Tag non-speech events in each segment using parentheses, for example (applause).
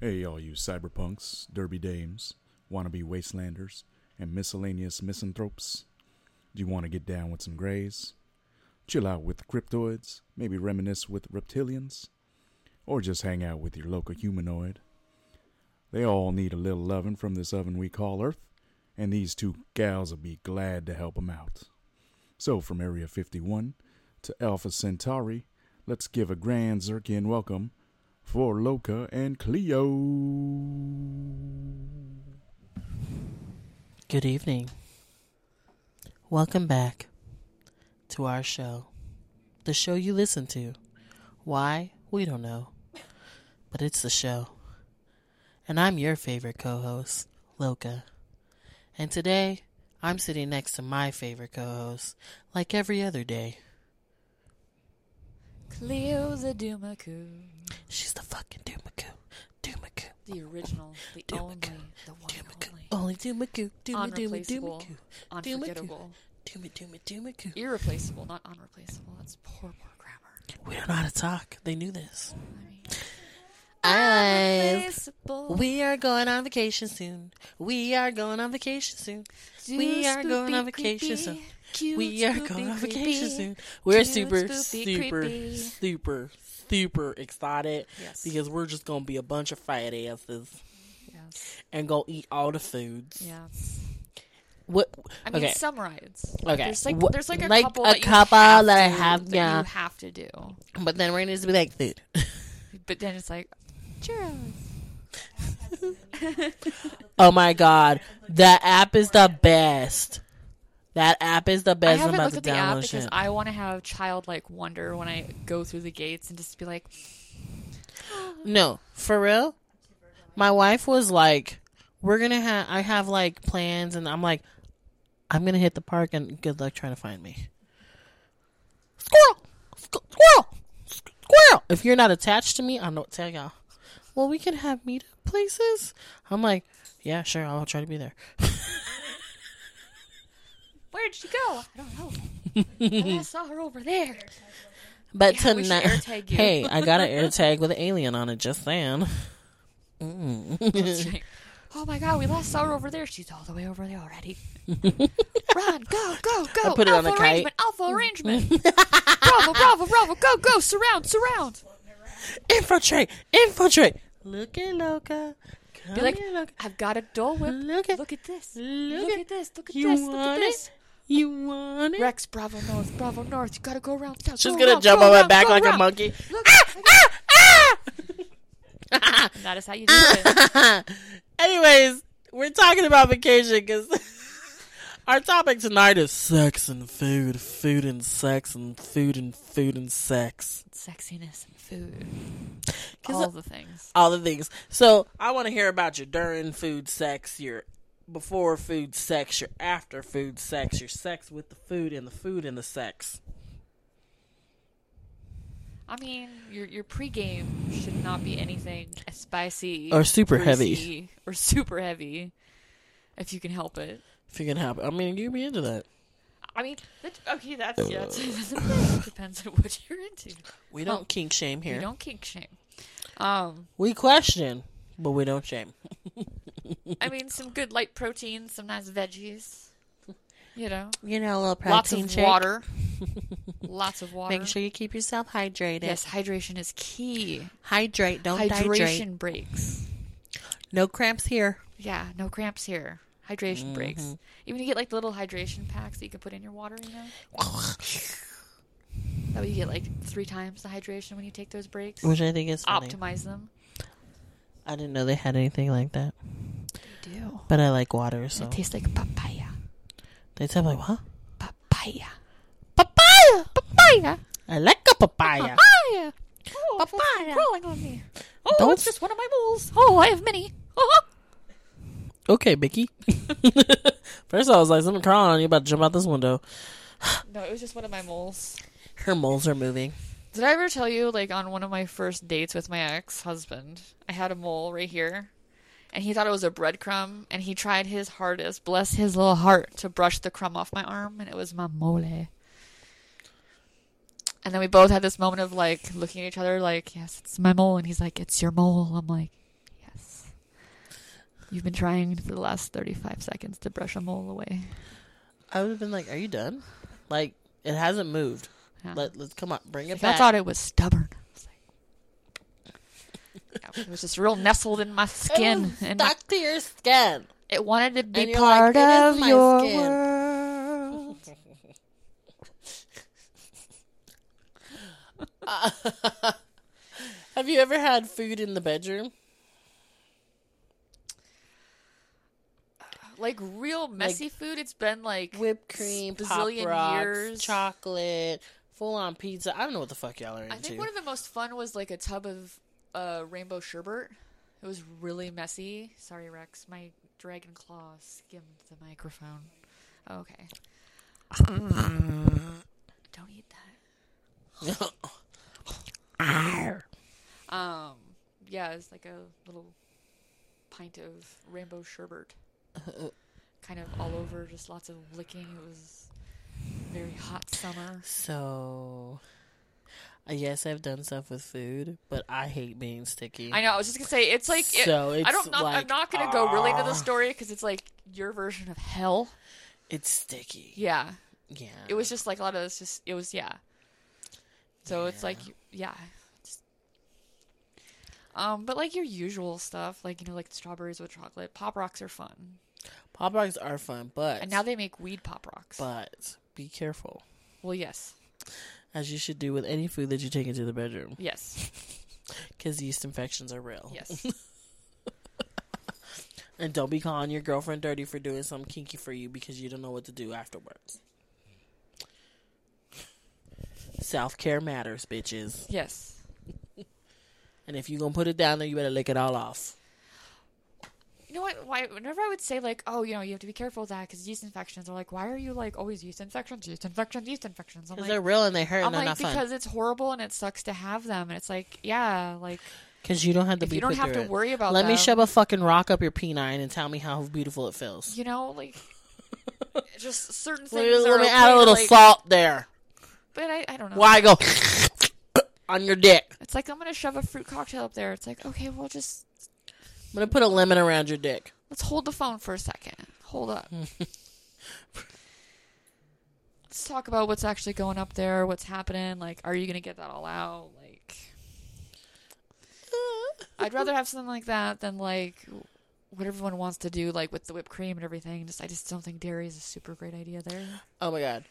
Hey, all you cyberpunks, derby dames, wannabe wastelanders, and miscellaneous misanthropes. Do you want to get down with some greys? Chill out with the cryptoids, maybe reminisce with reptilians, or just hang out with your local humanoid. They all need a little loving from this oven we call Earth, and these two gals'll be glad to help 'em out. So, from Area 51 to Alpha Centauri, let's give a grand Zirkian welcome for Loca and Cleo. Good evening. Welcome back to our show. The show you listen to. Why? We don't know. But it's the show. And I'm your favorite co host, Loca. And today, I'm sitting next to my favorite co host, like every other day. Cleo the Dumaku. She's the fucking Dumaku. Dumaku. The original, the Dumaku, only, the one Dumaku. and Only Dumaku. Dumaku. Dumaku. Unreplaceable. Dumaku. only. Unforgettable. Dumaku. Dumaku. Dumaku. Irreplaceable, not unreplaceable. That's poor, poor grammar. We don't know how to talk. They knew this. i I mean, replaceable. We are going on vacation soon. We are going on vacation soon. we are going on vacation soon. we are going on vacation soon. We're Cute, super, spoopy, super, creepy. super, super excited Yes. because we're just gonna be a bunch of fat asses Yes. and go eat all the foods. Yeah. What? I mean, okay. some rides. Okay. There's like, Wha- there's like a like couple, a that you couple have that I to- have, that yeah. you have to do. but then we're gonna just be like food. (laughs) But then it's like, churros. oh my god, that app is the best. That app is the I best. I'm haven't about looked to at the app download because shit. I want to have childlike wonder when I go through the gates and just be like, No, for real. My wife was like, "We're gonna have. I have like plans," and I'm like, "I'm gonna hit the park, and good luck trying to find me." Squirrel, Squ- squirrel, Squ- squirrel. If you're not attached to me, I don't tell y'all. Well, we can have meetup places. I'm like, yeah, sure. I'll try to be there. "Where'd she go? I don't know. (laughs) But I saw her over there." But Yeah, we should tonight, air tag you. hey, I got an air tag with an alien on it. Just saying. It's like, oh my god, we last saw her over there. She's all the way over there (laughs) already. Run, go, go, go! put it on alpha a kite. arrangement, (laughs) alpha arrangement. bravo, bravo, bravo! Go, go! Surround, surround. Infiltrate, infiltrate. Look at Loca. Come Be like, here, Loca. I've got a Dole Whip. Oh, Look at- (laughs) look at this. look Look, at- at, this. Look at you this. Look at want it? this. You want it? Rex, Bravo North, Bravo North. You gotta go around. Now, She's go gonna around, jump go on my around, back go like a around. monkey. (laughs) Look, (laughs) ah, ah, that is how you do it. Anyways, we're talking about vacation because (laughs) our topic tonight is sex and food, food and sex, and food and food and sex. Sexiness and food, 'Cause all the things. All the things. So I want to hear about your during food sex, your before food sex, your after food sex, your sex with the food, and the food and the sex. I mean, your your pregame should not be anything spicy Or super heavy. greasy, or super heavy, if you can help it. If you can help, I mean, you'd be into that. I mean, that, okay, that's yeah, that's, (laughs) that's a thing. It depends on what you're into. We don't kink shame You here. don't kink shame. Um, We question, but we don't shame. I mean, some good light proteins, some nice veggies. You know, You know, a little protein lots of shake. water. lots of water. Make sure you keep yourself hydrated. Yes, Oh, hydration is key. Hydrate. Don't hydration hydrate. breaks. No cramps (laughs) here. Yeah, no cramps here. Hydration breaks. Even you get like the little hydration packs that you can put in your water, you (laughs) know? That way you get like three times the hydration when you take those breaks. Which I think is funny. Optimize them. I didn't know they had anything like that. They do. But I like water, And so It tastes like papaya. they tell me, huh? Papaya. Papaya! Papaya. I like a (laughs) papaya. Papaya. Oh, it's Papaya. crawling on me. Oh, Don't- it's just one of my moles. Oh, I have many. (laughs) Oh, okay, Mickey. (laughs) First I was like, something crawling on you about to jump out this window. no, it was just one of my moles. Her moles are moving. Did I ever tell you, like, on one of my first dates with my ex husband, I had a mole right here, and he thought it was a breadcrumb, and he tried his hardest, bless his little heart, to brush the crumb off my arm, and it was my mole. And then we both had this moment of, like, looking at each other, like, yes, it's my mole. And he's like, it's your mole. I'm like, yes. You've been trying for the last 35 seconds to brush a mole away. I would have been like, "Are you done? Like it hasn't moved. Yeah. Let let's come on, bring it Like, I back." thought it was stubborn. I was like- Yeah, (laughs) it was just real nestled in my It skin, was and stuck to your skin. it wanted to and be you're part like, "It is of my your skin." world. (laughs) Have you ever had food in the bedroom? like real messy food. It's been like Whipped cream, pop bazillion rocks, years. chocolate, full on pizza. I don't know what the fuck y'all are into. I think one of the most fun was like a tub of uh, rainbow sherbet. It was really messy. Sorry, Rex. My dragon claw skimmed the microphone. Oh, Okay. (laughs) Don't eat that. Um. Yeah, it's like a little pint of (laughs) rainbow sherbet, kind of all over, just lots of licking. It was very hot summer. (laughs) so, uh, yes, I've done stuff with food, but I hate being sticky. I know. I was just gonna say it's like it- So I it's don't. Not, I'm like, ah. not gonna go really into the story because it's like your version of hell. it's sticky. Yeah, Yeah, it was just like a lot of it's just it was yeah. So it's like you- yeah. Just- Um, but like your usual stuff, like you know, like strawberries with chocolate, pop rocks are fun, pop rocks are fun, but and now they make weed pop rocks. but be careful, well, yes, as you should do with any food that you take into the bedroom, yes, (laughs) because yeast infections are real. yes. And don't be calling your girlfriend dirty for doing something kinky for you because you don't know what to do afterwards. Self care matters, bitches. Yes. And if you gonna put it down there, you better lick it all off. You know what? Why? Whenever I would say like, "Oh, you know, you have to be careful with that because yeast infections," are like, "Why are you like always yeast infections, yeast infections, yeast infections?" I'm Because like, they're real and they hurt I'm and they're like not fun. because it's horrible and it sucks to have them, and it's like, yeah, like Because you don't have to if be you don't put have through to it. worry about. Let me them, shove a fucking rock up your penine and tell me how beautiful it feels. You (laughs) know, like just certain Let me, things. are let me okay, add a little like- Oh. salt there. But I, I don't know. Why go (coughs) on your dick? It's like I'm gonna shove a fruit cocktail up there. It's like, okay, well, just I'm gonna put a lemon around your dick. let's hold the phone for a second. Hold (laughs) up. let's talk about what's actually going up there. What's happening? Like, are you gonna get that all out? (laughs) Like, I'd rather have something like that than like what everyone wants to do, like with the whipped cream and everything. Just I just don't think dairy is a super great idea there. Oh my god.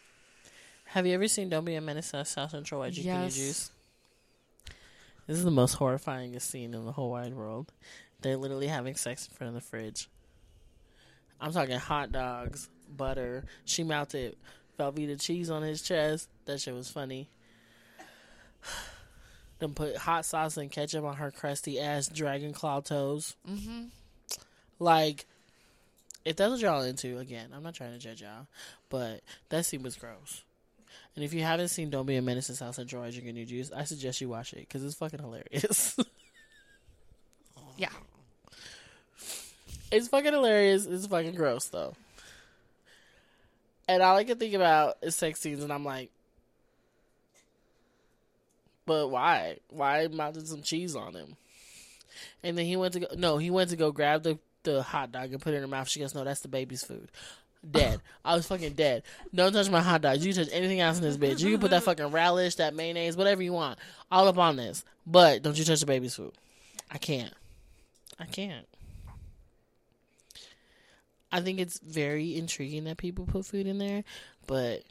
Have you ever seen Don't Be a Menace to South Central YG Yes. Juice? This is the most horrifying scene in the whole wide world. They're literally having sex in front of the fridge. I'm talking hot dogs, butter. She melted Velveeta cheese on his chest. That shit was funny. (sighs) Then put hot sauce and ketchup on her crusty ass dragon claw toes. Mm-hmm. Like, if that's what y'all into, again, I'm not trying to judge y'all, but that scene was gross. And if you haven't seen Don't Be a Menace to South Central while drinking new juice, I suggest you watch it because it's fucking hilarious. (laughs) Yeah. it's fucking hilarious. It's fucking gross though. And all I can think about is sex scenes, and I'm like, but why? Why mounted some cheese on him? And then he went to go. No, he went to go grab the the hot dog and put it in her mouth. She goes, "No, that's the baby's food." Dead. I was fucking dead. Don't touch my hot dogs. You can touch anything else in this bitch. You can put that fucking relish, that mayonnaise, whatever you want, all up on this. But don't you touch the baby's food. I can't. I can't. I think it's very intriguing that people put food in there, but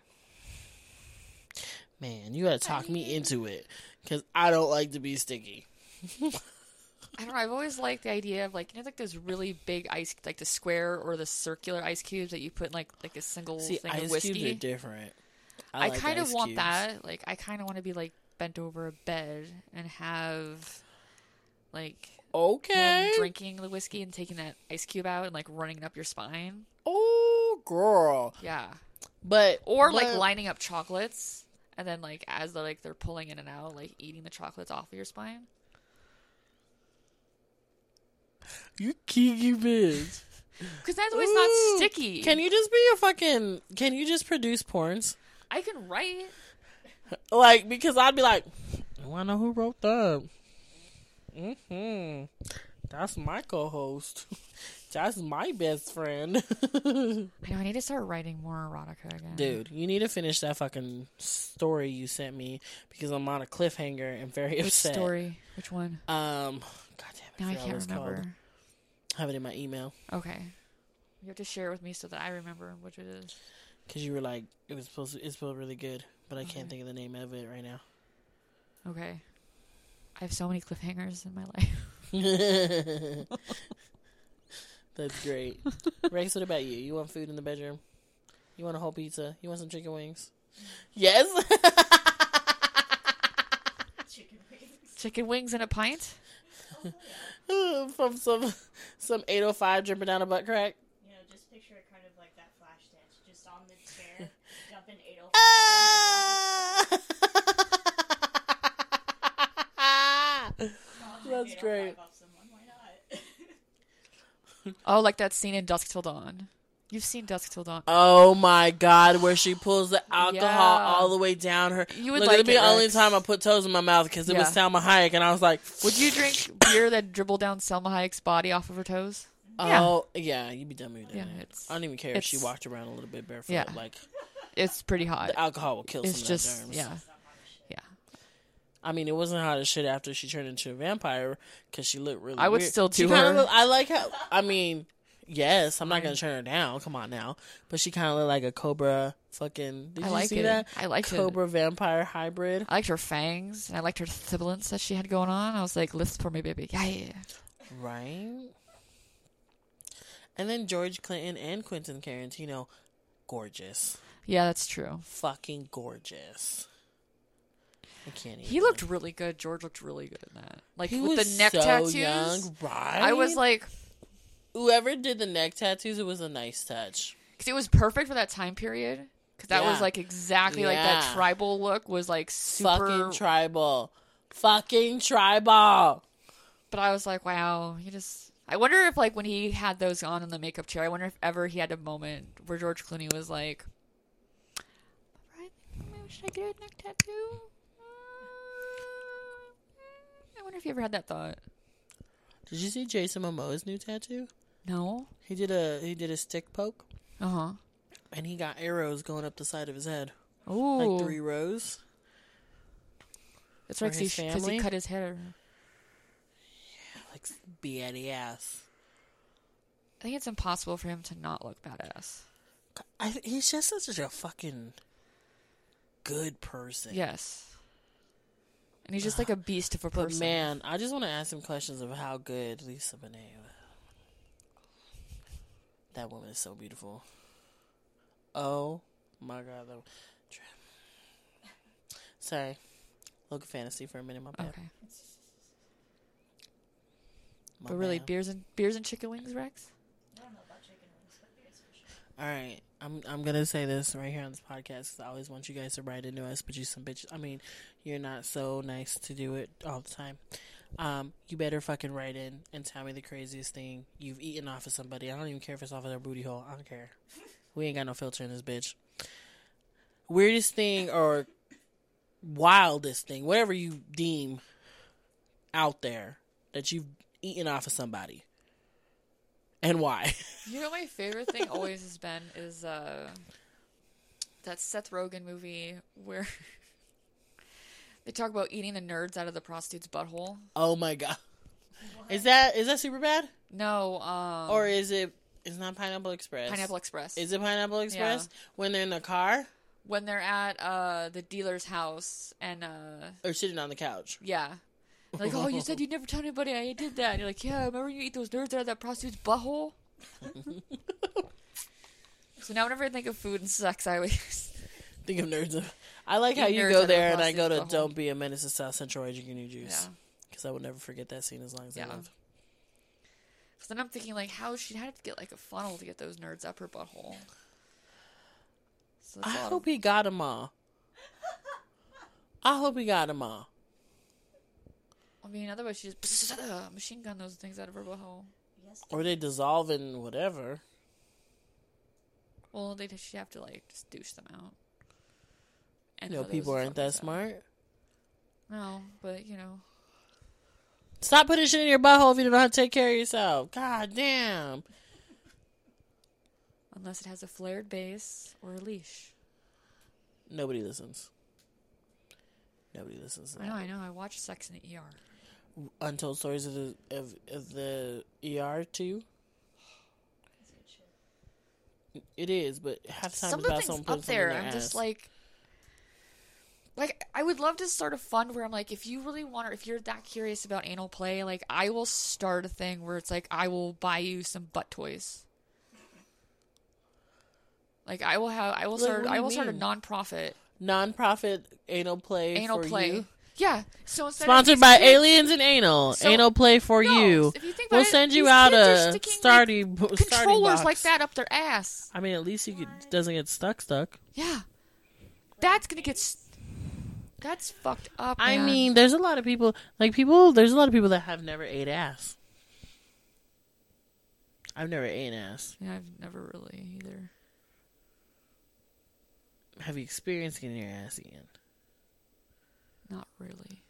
man, you gotta talk me into it because I don't like to be sticky. I don't know. I've always liked the idea of like you know like those really big ice like the square or the circular ice cubes that you put in like like a single See, thing of ice whiskey. cubes are different. I, like kind of ice want cubes. that. Like I kind of want to be like bent over a bed and have like him Okay. drinking the whiskey and taking that ice cube out and like running it up your spine. Oh, girl. Yeah. But Or like but- lining up chocolates and then like as they're like they're pulling in and out, like eating the chocolates off of your spine. you kinky bitch. Because that's always not Ooh. sticky. Can you just be a fucking? Can you just produce porns? I can write. Like because I'd be like, I want to know who wrote that. Hmm, that's my co-host. (laughs) That's my best friend. (laughs) I know I need to start writing more erotica again. Dude, you need to finish that fucking story you sent me because I'm on a cliffhanger and very Which upset. story? Which one? Um, god damn Now it, I forgot what can't it's called. remember. I have it in my email Okay. You have to share it with me so that I remember which it is. because you were like, it was supposed to, it's supposed really good, but I can't Okay. think of the name of it right now. Okay. I have so many cliffhangers in my (laughs) life. That's (laughs) great. Rex, what about you? You want food in the bedroom? You want a whole pizza? You want some chicken wings? Yes. (laughs) Chicken wings and a pint? From some some 805 dripping down a butt crack. You know, just picture it kind of like that flash dance, just on the chair, jumping 805. That's great. Off someone. Why not? Oh, like that scene in Dusk Till Dawn. You've seen Dusk Till Dawn. Oh my god, where she pulls the alcohol Yeah. all the way down her. You would Look, like it'll be it, the only Rex. time I put toes in my mouth because it was Yeah. Salma Hayek, and I was like, Would you drink beer that dribbled down Selma Hayek's body off of her toes? "Oh, yeah, you'd be done with that." Yeah, it's I don't even care if she it's- walked around a little bit barefoot. Yeah. Like it's pretty hot. the alcohol will kill It's some just of that germs. yeah, yeah. I mean, it wasn't hot as shit after she turned into a vampire because she looked really. I would weird. still She do kinda her. look- I like how. I mean, yes, I'm not gonna turn her down. Come on now, but she kind of looked like a cobra. Fucking, did I you like see it. that? I liked cobra vampire hybrid. it. I liked her fangs and I liked her sibilance that she had going on. I was like, "List for me, baby." Yeah, yeah. yeah. Right. And then George Clinton and Quentin Tarantino, gorgeous, Yeah, that's true. fucking gorgeous. I can't. Even. He looked really good. George looked really good in that. Like He with was the neck so tattoos. young, right? I was like, whoever did the neck tattoos, it was a nice touch. because it was perfect for that time period. Because that Yeah. was like exactly like that Yeah. tribal look was like super. Fucking tribal, fucking tribal. but I was like, wow, he just. I wonder if like when he had those on in the makeup chair, I wonder if ever he had a moment where George Clooney was like, "Alright, maybe should I get a neck tattoo? Uh, I wonder if you ever had that thought. Did you see Jason Momoa's new tattoo? No. He did a he did a stick poke, Uh huh. and he got arrows going up the side of his head, Ooh, like three rows. it's for like his because he family. cut his hair. like beady ass. I think it's impossible for him to not look badass. I, he's just such a fucking good person. Yes. And he's just like a beast of a But person. man, I just want to ask him questions of how good Lisa Bonet. was. That woman is so beautiful. Oh my god, that Dra- Sorry, look at fantasy for a minute, my bad. Okay. my but really, bad. beers and beers and chicken wings, Rex. I don't know about chicken wings, but beers for sure. All right, I'm I'm gonna say this right here on this podcast 'cause I always want you guys to write into us, but you some bitches. I mean, you're not so nice to do it all the time. Um, you better fucking write in and tell me the craziest thing you've eaten off of somebody. I don't even care if it's off of their booty hole. I don't care. We ain't got no filter in this bitch. Weirdest thing or wildest thing, whatever you deem out there that you've eaten off of somebody, and why. You know, my favorite thing always has been is uh, that Seth Rogen movie where (laughs) they talk about eating the nerds out of the prostitute's butthole. Oh my god. Is that is that super bad? No, um, Or is it it's not Pineapple Express. Pineapple Express. Oh, Is it Pineapple Express? When they're in the car when they're at uh, the dealer's house and uh, or sitting on the couch. yeah. Like, oh, you said you'd never tell anybody I did that. And you're like, yeah, remember you eat those nerds out of that prostitute's butthole? (laughs) so now, whenever I think of food and sex, I always. (laughs) Think of nerds. (laughs) I like how Eat you nerds go at a there and I go to prostitute's butthole. Don't Be a Menace to South Central I Drinking Your Juice. yeah. Because I will never forget that scene as long as I Yeah. live. Because then I'm thinking, like, how she had to get like a funnel to get those nerds up her butthole. So I that's a lot hope of, he got 'em all. I hope he got 'em all. I mean, otherwise she just (laughs) uh, machine gun those things out of her butthole. Yes, Or they dissolve in whatever. Well, they she have to like just douche them out. And You know, so those people aren't fucking that sad. smart. No, but you know, Stop putting shit in your butthole if you don't know how to take care of yourself. God damn. unless it has a flared base or a leash. Nobody listens. Nobody listens. To I that. know, I know. I watched Sex in the ER. Untold stories of the of, of the ER too. It is, but half the time Some it's of the about things someone putting up something there, in their I'm ass. just like, like I would love to start a fund where I'm like, if you really want, or if you're that curious about anal play, like I will start a thing where it's like I will buy you some butt toys. Like I will have, I will Like, start, what do I you will start a mean? nonprofit nonprofit anal play. anal for play. you. Yeah. So instead of Sponsored these by kids- Aliens and Anal. So- anal play for No, you. if you think We'll about it, send you these out kids are a sticking, like, starty bo- starting controllers box. like that up their ass. I mean, at least you could, doesn't get stuck stuck. Yeah. That's gonna get. s That's fucked up. I man. mean, there's a lot of people like people. There's a lot of people that have never ate ass. I've never ate ass. Yeah, I've never really either. Have you experienced getting your ass eaten? Not really.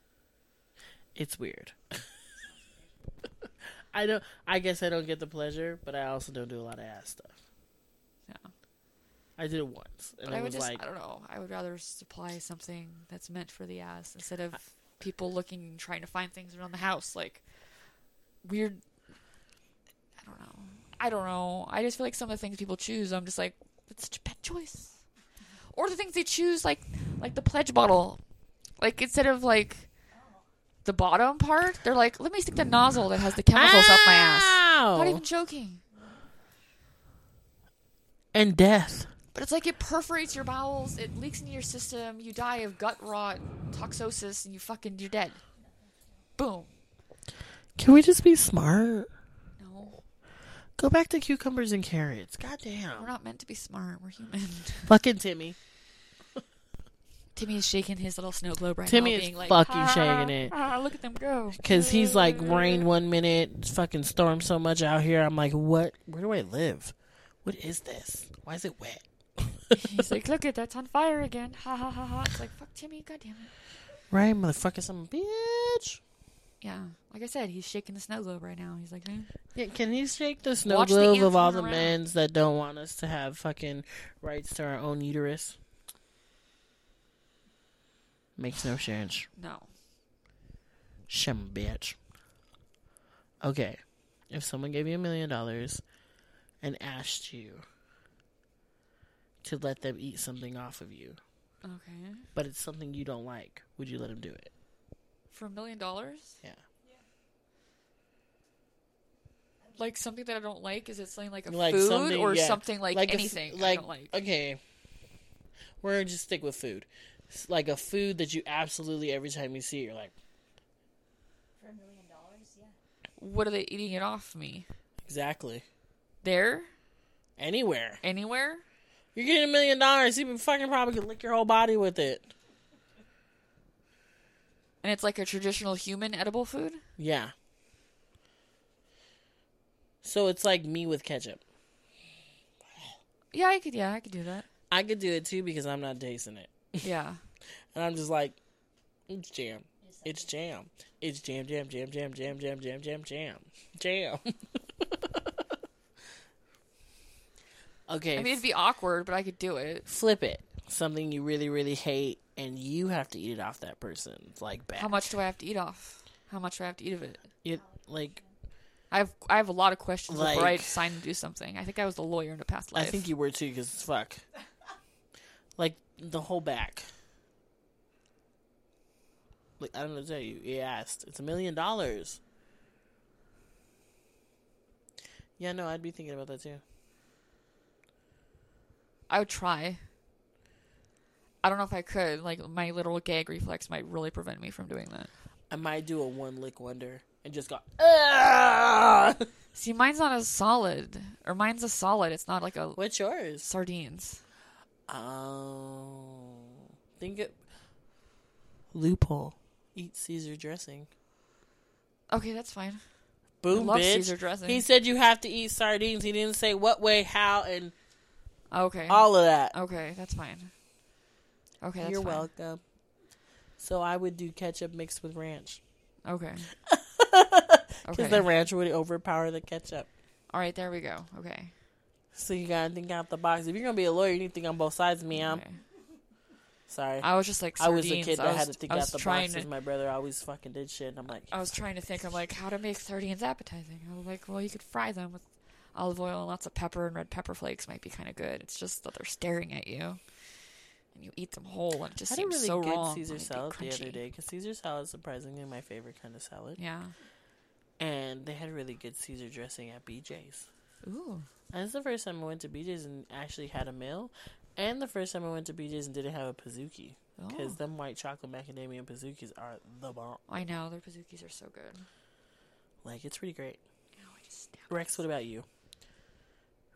It's weird. (laughs) I don't. I guess I don't get the pleasure, but I also don't do a lot of ass stuff. No. I did it once, and But I it was would just. like, I don't know. I would rather supply something that's meant for the ass instead of people looking and trying to find things around the house like weird. I don't know. I don't know. I just feel like some of the things people choose, I'm just like, it's such a bad choice. Or the things they choose, like like the pledge bottle, like instead of like the bottom part, they're like, let me stick the nozzle that has the chemicals up my ass. Not Ow! even joking. And death. But it's like it perforates your bowels, it leaks into your system, you die of gut rot, toxosis, and you fucking you're dead. Boom. Can we just be smart? No, Go back to cucumbers and carrots. we're Goddamn. not meant to be smart. We're human. (laughs) Fucking Timmy. Timmy is shaking his little snow globe right Timmy now, is being like, fucking "Ah, shaking (laughs) it. ah, look at them go. Cause he's like rain one minute, fucking storm so much out here. I'm like, what? Where do I live? What is this? Why is it wet? He's like, look at that's on fire again. Ha ha ha ha. It's like fuck Timmy, goddamn it. Right, motherfucker, some bitch. Yeah, like I said, he's shaking the snow globe right now. He's like, "Eh." Yeah, can he shake the snow Watch the globe ants of all run the around. men's that don't want us to have fucking rights to our own uterus? Makes no sense. no, Shim bitch. Okay. If someone gave you a million dollars and asked you to let them eat something off of you, okay, but it's something you don't like, would you let them do it? for a million dollars, Yeah. like something that I don't like. Is it something like a food or yeah. something like, a f- anything I don't like? Okay. We're going to just stick with food. S- Like a food that you absolutely, every time you see it, you're like, For a million dollars, yeah. what are they eating it off me? exactly. There? Anywhere. Anywhere? You're getting a million dollars, you fucking probably could lick your whole body with it. And it's like a traditional human edible food? Yeah. So it's like me with ketchup. Yeah, I could yeah, I could do (laughs) that. I could do it too because I'm not tasting it. Yeah. And I'm just like, it's jam. It's jam. It's jam, jam, jam, jam, jam, jam, jam, jam, jam. Jam. (laughs) okay. I mean it'd be awkward, but I could do it. flip it. Something you really, really hate and you have to eat it off that person. Like bad. How much do I have to eat off? How much do I have to eat of it? It, like I have I have a lot of questions before I Like- sign to do something. I think I was a lawyer in a past I life. think you were too because it's (laughs) fuck. like the whole back. Like I don't know to tell you. He asked. It's a million dollars. Yeah, no, I'd be thinking about that too. I would try. I don't know if I could. Like my little gag reflex might really prevent me from doing that. I might do a one lick wonder and just go. "Ugh!" (laughs) See, mine's not as solid. Or mine's a solid. It's not like a What's yours? sardines. Oh, think it. Loophole. Eat Caesar dressing. Okay, that's fine. Boom, love bitch. Caesar dressing. He said you have to eat sardines. He didn't say what way, how, and Okay. all of that. Okay, that's fine. Okay, that's You're fine. welcome. So I would do ketchup mixed with ranch (laughs) Okay. because Okay. the ranch would overpower the ketchup. All right, there we go. Okay. So you gotta think out the box. If you're gonna be a lawyer, you need to think on both sides, ma'am. Okay. Sorry. Um, I, I was just like, was a sardines. kid that I was, had to think I out was the trying box to- 'cause my brother always fucking did shit. And I'm like, I was trying to think. I'm like, how to make sardines appetizing? I was like, well, you could fry them with olive oil and lots of pepper and red pepper flakes might be kind of good. It's just that they're staring at you, and you eat them whole, and it just I had a seems really so good wrong. Caesar when it'd be salad the other crunchy. day because Caesar salad is surprisingly my favorite kind of salad. Yeah. And they had really good Caesar dressing at BJ's. Ooh. And it's the first time I went to BJ's and actually had a meal, and the first time I went to BJ's and didn't have a Pizookie because Oh. them white chocolate macadamia Pizookies are the bomb. I know their pizookies are so good. Like it's pretty great. Ow, I just stabbed Rex, what about you?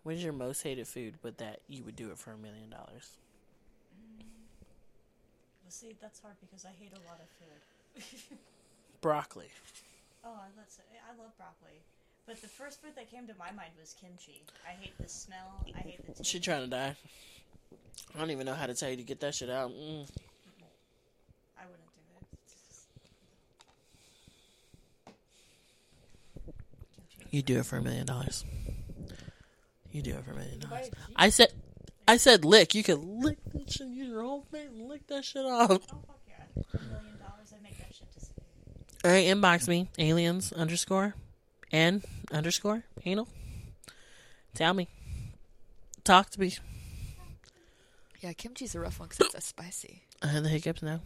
What is your most hated food, but that you would do it for a million dollars? Well, see, that's hard because I hate a lot of food. Broccoli. Oh, I love I love broccoli. But the first food that came to my mind was kimchi. I hate the smell. I hate the taste. She trying to die. I don't even know how to tell you to get that shit out. Mm. I wouldn't do it. You do it for a million dollars. You do it for a million dollars. I said, I said, lick. You could lick that shit. Use your whole face. and Lick that shit off. Oh fuck yeah! For a million dollars, I'd make that shit disappear. All right, inbox me aliens underscore and underscore anal. Tell me, talk to me. Yeah, kimchi's a rough one because it's so spicy. I had the hiccups now.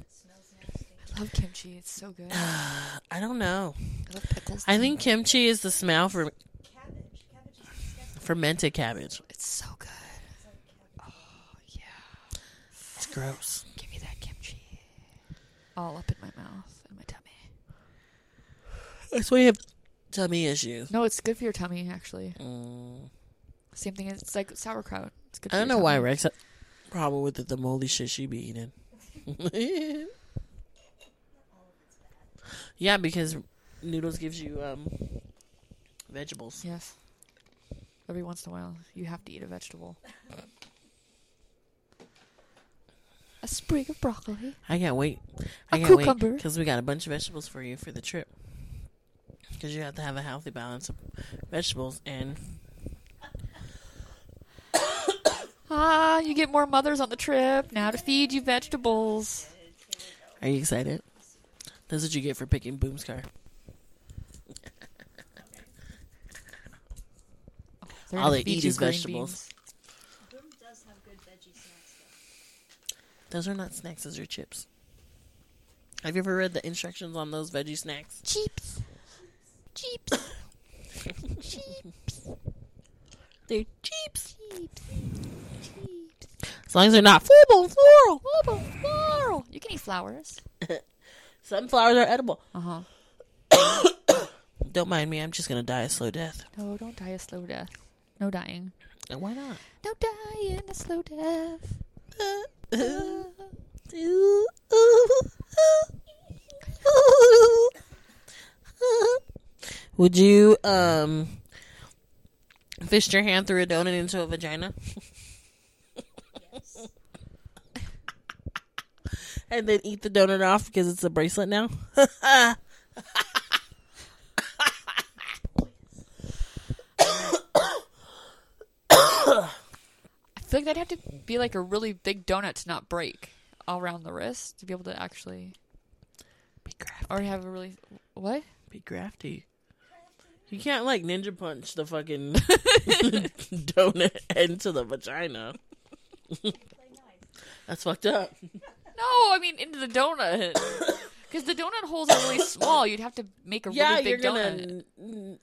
It smells nasty. I love kimchi. It's (sighs) so good. I I don't know. love pickles. I think kimchi is the smell for Cabbage. Cabbage is disgusting. fermented cabbage. it's so good. It's like cabbage. It's gross. Give me that kimchi. All up in my mouth and my tummy. That's why you have tummy issues. No, it's good for your tummy actually. Mm. Same thing. as It's like sauerkraut. It's good. For I don't your know why tummy. Rex had problem with it, the moldy shit she be eating. (laughs) yeah, because noodles gives you um vegetables. Yes. Every once in a while, you have to eat a vegetable. a sprig of broccoli. I can't wait. I A can't wait 'cause cucumber. because we got a bunch of vegetables for you for the trip. Because you have to have a healthy balance of vegetables and Ah, you get more mothers on the trip now to feed you vegetables. Are you excited? That's what you get for picking Boom's car. They're All gonna they feed eat you is green vegetables. beans. Boom does have good veggie (laughs) snacks though. Those are not snacks, those are chips. Have you ever read the instructions on those veggie snacks? Cheeps. (laughs) Cheeps. They're chips. As long as they're not full blown floral. Full blown floral. You can eat flowers. Sunflowers are edible. Uh huh. Don't mind me, I'm just gonna die a slow death. No, don't die a slow death. No dying. And why not? No dying a slow death. Would you um fist your hand through a donut into a vagina? Yes. and then eat the donut off because it's a bracelet now. I feel like that'd have to be like a really big donut to not break all around the wrist to be able to actually Be crafty. or have a really what? Be crafty. You can't like ninja punch the fucking (laughs) donut (laughs) into the vagina. (laughs) Play nice. That's fucked up. No, I mean into the (coughs) donut. Because the donut holes are really small. You'd have to make a yeah, really you're big donut. gonna n-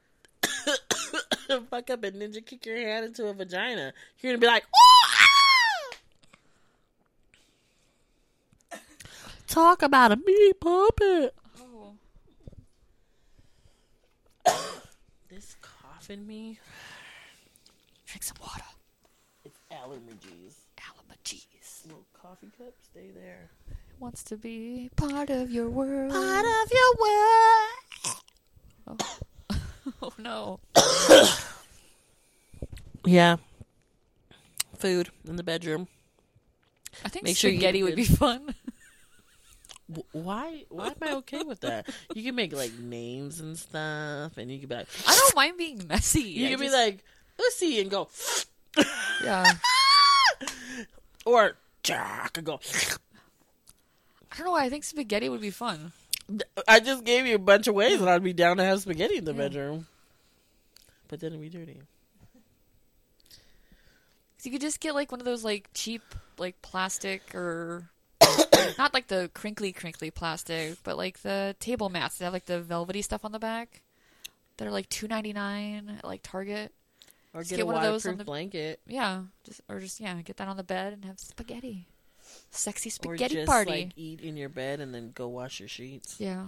n- (coughs) fuck up and ninja kick your hand into a vagina. You're gonna be like, "Ooh, ah!" talk about a meat puppet. Oh. This coughing me, Drink some water. it's allergies. Alabama cheese. Little coffee cup, stay there. It wants to be part of your world. of your world. oh no. Yeah. Food in the bedroom. I think Make sure you eat spaghetti would good. be fun. (laughs) W- Why? Why am I okay with that? You can make like names and stuff, and you can be like, I don't mind being messy. you I can be just- like, pussy and go, Yeah. or jock and go. I don't know why I think spaghetti would be fun. I just gave you a bunch of ways that I'd be down to have spaghetti in the bedroom. But then it'd be dirty. 'Cause You could just get like one of those like cheap like plastic (coughs) or not like the crinkly crinkly plastic, but like the table mats that have like the velvety stuff on the back. That are like two ninety nine at like Target. Or Just get, get a one of those waterproof on the- blanket. Yeah, just or just yeah, get that on the bed and have spaghetti, sexy or spaghetti just, party. Like, eat in your bed and then go wash your sheets. yeah,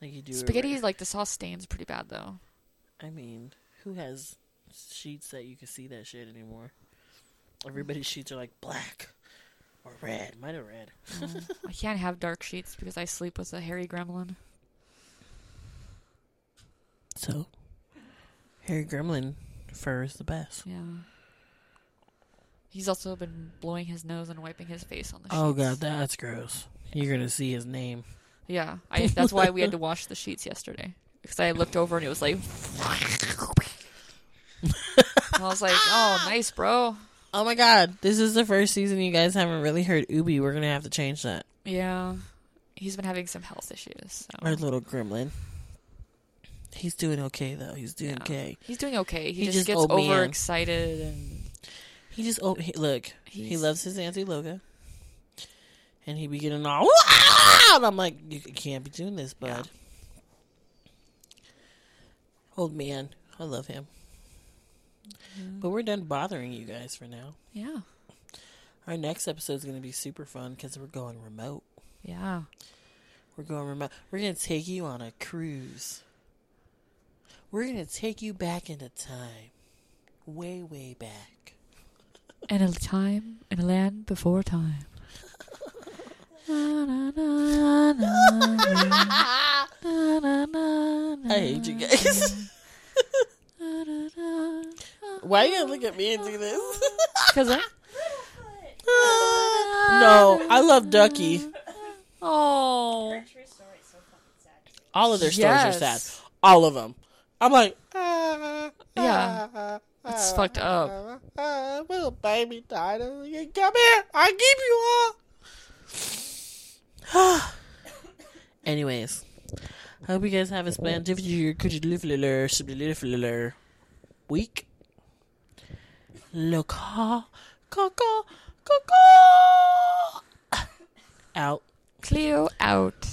Like you do. spaghetti is like the sauce stains pretty bad though. I mean, who has sheets that you can see that shit anymore? Everybody's sheets are like black or red. Mine are red. I can't have dark sheets because I sleep with a hairy gremlin. So, Harry Gremlin fur is the best. Yeah. He's also been blowing his nose and wiping his face on the sheets. Oh god, that's gross. You're gonna see his (laughs) name. Yeah, (laughs) I, that's why we had to wash the sheets yesterday because I looked over and it was like. And I was like, (laughs) "Oh, nice, bro." Oh my god, this is the first season you guys haven't really heard Ubi. We're gonna have to change that. Yeah, he's been having some health issues. Our So. little gremlin. He's doing okay though. He's doing Yeah. okay. He's doing okay. He, He's just, just gets old man. overexcited and He just oh he, look. He He's- loves his auntie Loga, and he be getting all. "Wah!" And I'm like, you can't be doing this, bud. Old man, I love him. Mm-hmm. But we're done bothering you guys for now. yeah, Our next episode is going to be super fun because we're going remote. yeah. We're going remote. We're going to take you on a cruise. We're going to take you back into time. Way, way back. In a time, in a land before time. Na, na, na, na, na, na, na, na, I hate you guys. (laughs) na, na, na. Why you going to look at me and do this? (laughs) 'Cause I- no, I love Ducky. Oh. True story. So fucking sad. too. All of their stories Yes. are sad. All of them. I'm like, (laughs) ah, Yeah. It's fucked up. ah, ah, little baby died. I'm like, Come here, I keep you all. (sighs) Anyways, I hope you guys have a splendid week. Look, ha, caca, caca. Out. Cleo out.